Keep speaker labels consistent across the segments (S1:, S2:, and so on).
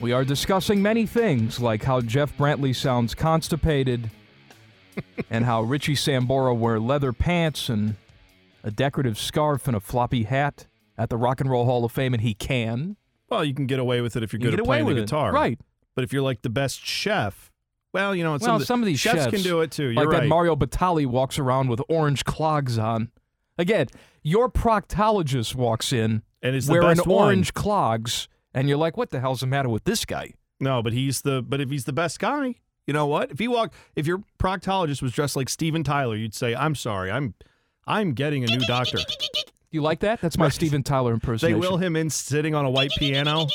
S1: We are discussing many things like how Jeff Brantley sounds constipated and how Richie Sambora wear leather pants and a decorative scarf and a floppy hat at the Rock and Roll Hall of Fame, and he can.
S2: Well, you can get away with it if you're
S1: You
S2: good
S1: get
S2: at
S1: away
S2: playing the
S1: with it.
S2: guitar,
S1: Right.
S2: But if you're like the best chef, well, you know, and
S1: well,
S2: of the-
S1: some of these
S2: chefs, can do it too. You're
S1: like that
S2: right.
S1: Mario Batali walks around with orange clogs on. Again, your proctologist walks in
S2: And it's the
S1: wearing
S2: best one.
S1: orange clogs, and you're like, "What the hell's the matter with this guy?"
S2: no, but he's the. But if he's the best guy, you know what? If he walked, if your proctologist was dressed like Steven Tyler, you'd say, "I'm sorry, I'm, I'm getting a new doctor."
S1: You like that? That's my
S2: Right.
S1: Steven Tyler
S2: They
S1: impersonation.
S2: will him in sitting on a white piano,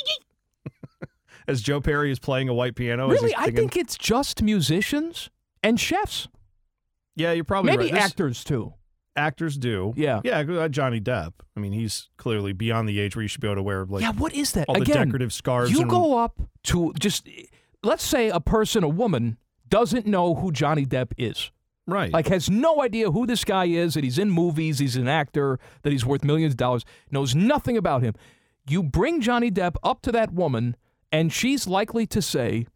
S2: as Joe Perry is playing a white piano. as
S1: Really,
S2: he's
S1: I
S2: singing.
S1: think it's just musicians and chefs,
S2: Yeah, you're probably
S1: maybe
S2: right. This-
S1: actors too.
S2: actors do.
S1: Yeah.
S2: yeah. uh, Johnny Depp. I mean, he's clearly beyond the age where you should be able to wear like
S1: yeah, what is that?
S2: all the
S1: Again,
S2: decorative scarves
S1: You
S2: and-
S1: go up to just let's say a person, a woman doesn't know who Johnny Depp is.
S2: right.
S1: Like has no idea who this guy is, that he's in movies, he's an actor, that he's worth millions of dollars, knows nothing about him. You bring Johnny Depp up to that woman, and she's likely to say,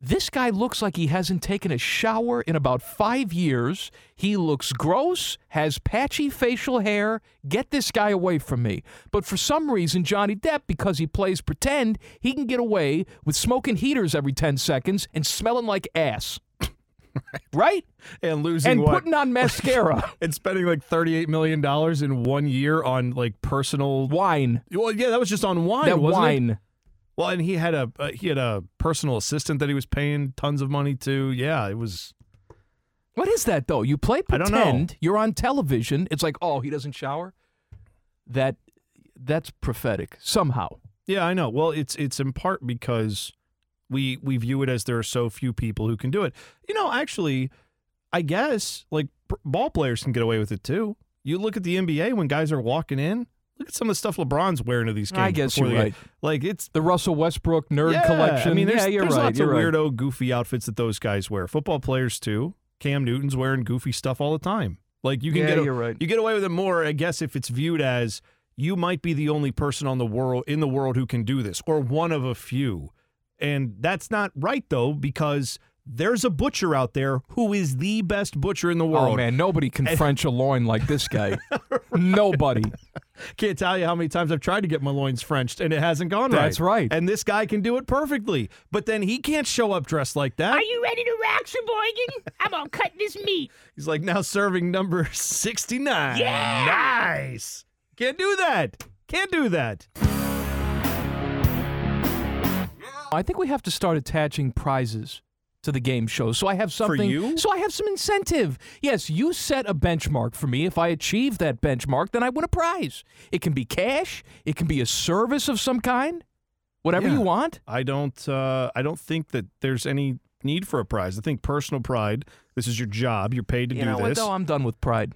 S1: This guy looks like he hasn't taken a shower in about five years. He looks gross, has patchy facial hair. Get this guy away from me. But for some reason, Johnny Depp, because he plays pretend, he can get away with smoking heaters every 10 seconds and smelling like ass. right?
S2: and losing
S1: and
S2: what?
S1: putting on mascara.
S2: and spending like thirty-eight million dollars in one year on like personal.
S1: wine.
S2: Well, yeah, that was just on wine.
S1: that
S2: wasn't it?
S1: wine.
S2: Well, and he had a uh, he had a personal assistant that he was paying tons of money to. Yeah, it was.
S1: What is that though? You play
S2: I don't
S1: pretend.
S2: know.
S1: You're on television. It's like, oh, he doesn't shower. That that's prophetic somehow.
S2: Yeah, I know. Well, it's it's in part because we we view it as there are so few people who can do it. You know, actually, I guess like pr- ball players can get away with it too. You look at the NBA when guys are walking in. Look at some of the stuff LeBron's wearing to these games.
S1: I guess
S2: before
S1: you're
S2: the-
S1: right.
S2: Like it's
S1: The Russell Westbrook nerd
S2: Yeah,
S1: collection.
S2: I mean, there's,
S1: yeah, you're
S2: there's
S1: right.
S2: lots
S1: you're
S2: of
S1: right.
S2: weirdo, goofy outfits that those guys wear. Football players too. Cam Newton's wearing goofy stuff all the time. Like you can
S1: Yeah,
S2: get a-
S1: you're right.
S2: you get away with it more, I guess, if it's viewed as you might be the only person on the world in the world who can do this, or one of a few. And that's not right though, because there's a butcher out there who is the best butcher in the world.
S1: Oh man, nobody can French a loin like this guy. Nobody.
S2: Can't tell you how many times I've tried to get my loins Frenched and it hasn't gone right.
S1: That's right.
S2: And this guy can do it perfectly. But then he can't show up dressed like that.
S3: Are you ready to rock, Sheboygan? I'm gonna cut this meat.
S2: He's like now serving number 69.
S3: Yeah!
S2: Nice. Can't do that. Can't do that.
S1: I think we have to start attaching prizes to the game show. So I have something.
S2: you?
S1: So I have some incentive. Yes, you set a benchmark for me. If I achieve that benchmark, then I win a prize. It can be cash. It can be a service of some kind. Whatever
S2: Yeah.
S1: you want.
S2: I don't uh I don't think that there's any need for a prize. I think personal pride, this is your job, you're paid to
S1: you
S2: do
S1: know what
S2: this.
S1: though? I'm done with pride.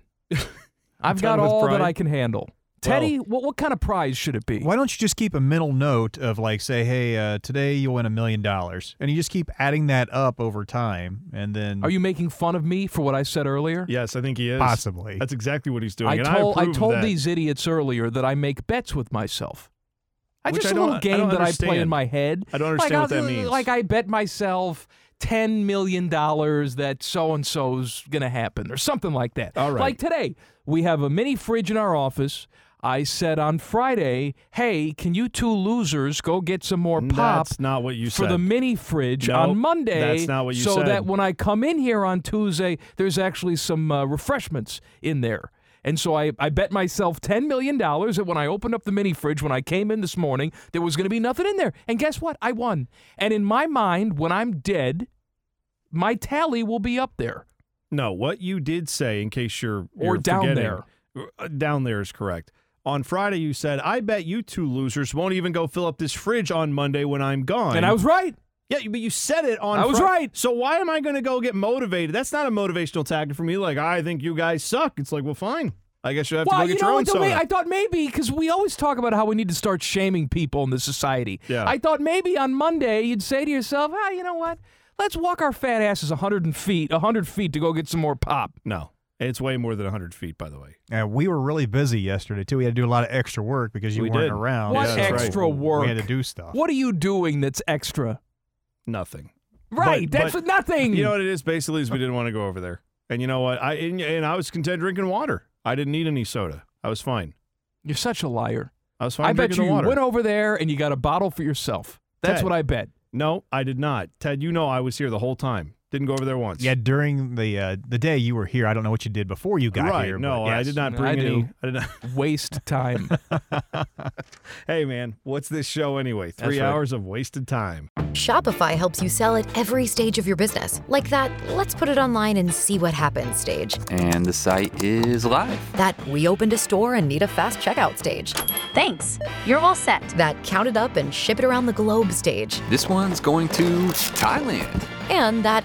S1: I've
S2: Done
S1: got
S2: with
S1: all that
S2: pride?
S1: I can handle. Teddy, what what kind of prize should it be?
S4: Why don't you just keep a mental note of like, say, hey, uh, today you'll win a million dollars, and you just keep adding that up over time, and then
S1: Are you making fun of me for what I said earlier?
S2: yes, I think he is.
S4: Possibly.
S2: That's exactly what he's doing.
S1: I
S2: and
S1: told
S2: I,
S1: I,
S2: approve of
S1: told
S2: that.
S1: these idiots earlier that I make bets with myself. I
S2: Which
S1: just
S2: I
S1: a
S2: don't-
S1: little
S2: I don't
S1: game that I play in
S2: understand.
S1: my head.
S2: I don't understand
S1: Like,
S2: what that
S1: I'll-
S2: means.
S1: Like I bet myself ten million dollars that so and so's gonna happen or something like that.
S2: All right.
S1: Like today, we have a mini fridge in our office. I said on Friday, "Hey, can you two losers go get some more pop?"
S2: That's not what you
S1: for
S2: said.
S1: the mini fridge
S2: No,
S1: on Monday.
S2: that's not what you
S1: so
S2: said.
S1: that when I come in here on Tuesday, there's actually some uh, refreshments in there. And so I, I bet myself $10 million that when I opened up the mini fridge, when I came in this morning, there was going to be nothing in there. And guess what? I won. And in my mind, when I'm dead, my tally will be up there.
S2: No, what you did say, in case you're
S1: Or
S2: you're
S1: down
S2: forgetting-
S1: there.
S2: Uh, down there is correct. On Friday, you said, I bet you two losers won't even go fill up this fridge on Monday when I'm gone.
S1: And I was right.
S2: Yeah, but you said it on.
S1: I was
S2: Fri-
S1: right.
S2: So why am I going to go get motivated? That's not a motivational tactic for me. Like I think you guys suck. It's like, well, fine. I guess you have
S1: Well,
S2: to go
S1: you
S2: get
S1: know
S2: your own
S1: what? though,
S2: soda.
S1: may- I thought maybe because we always talk about how we need to start shaming people in this society.
S2: Yeah.
S1: I thought maybe on Monday you'd say to yourself, ah, you know what? Let's walk our fat asses 100 feet, 100 feet to go get some more pop.
S2: no, it's way more than hundred feet, by the way.
S4: And Uh, we were really busy yesterday too. We had to do a lot of extra work because you
S2: We
S4: weren't
S2: did.
S4: around.
S1: What
S2: Oh, yeah, that's right.
S1: extra work?
S4: We had to do stuff.
S1: What are you doing that's extra?
S2: Nothing.
S1: Right,
S2: But-
S1: that's
S2: but-
S1: nothing.
S2: You know what it is? Basically, is we didn't want to go over there. And you know what? I and, and I was content drinking water. I didn't need any soda. I was fine.
S1: You're such a liar.
S2: I was fine.
S1: I bet
S2: drinking
S1: you
S2: the water.
S1: went over there and you got a bottle for yourself. That's
S2: Ted.
S1: what I bet.
S2: No, I did not. Ted, you know I was here the whole time. Didn't go over there once.
S4: Yeah, during the uh, the day you were here, I don't know what you did before you got
S2: right.
S4: here.
S2: no,
S4: but
S2: I
S4: yes.
S2: did not
S1: Mm, I
S2: bring any.
S1: do.
S2: I did not.
S1: Waste time.
S2: Hey, man, what's this show anyway?
S1: That's
S2: Three
S1: right.
S2: hours of wasted time.
S5: Shopify helps you sell at every stage of your business. Like that, let's put it online and see what happens stage.
S6: And the site is live.
S5: That we opened a store and need a fast checkout stage.
S7: Thanks. You're all set.
S5: That count it up and ship it around the globe stage.
S6: This one's going to Thailand.
S5: And that,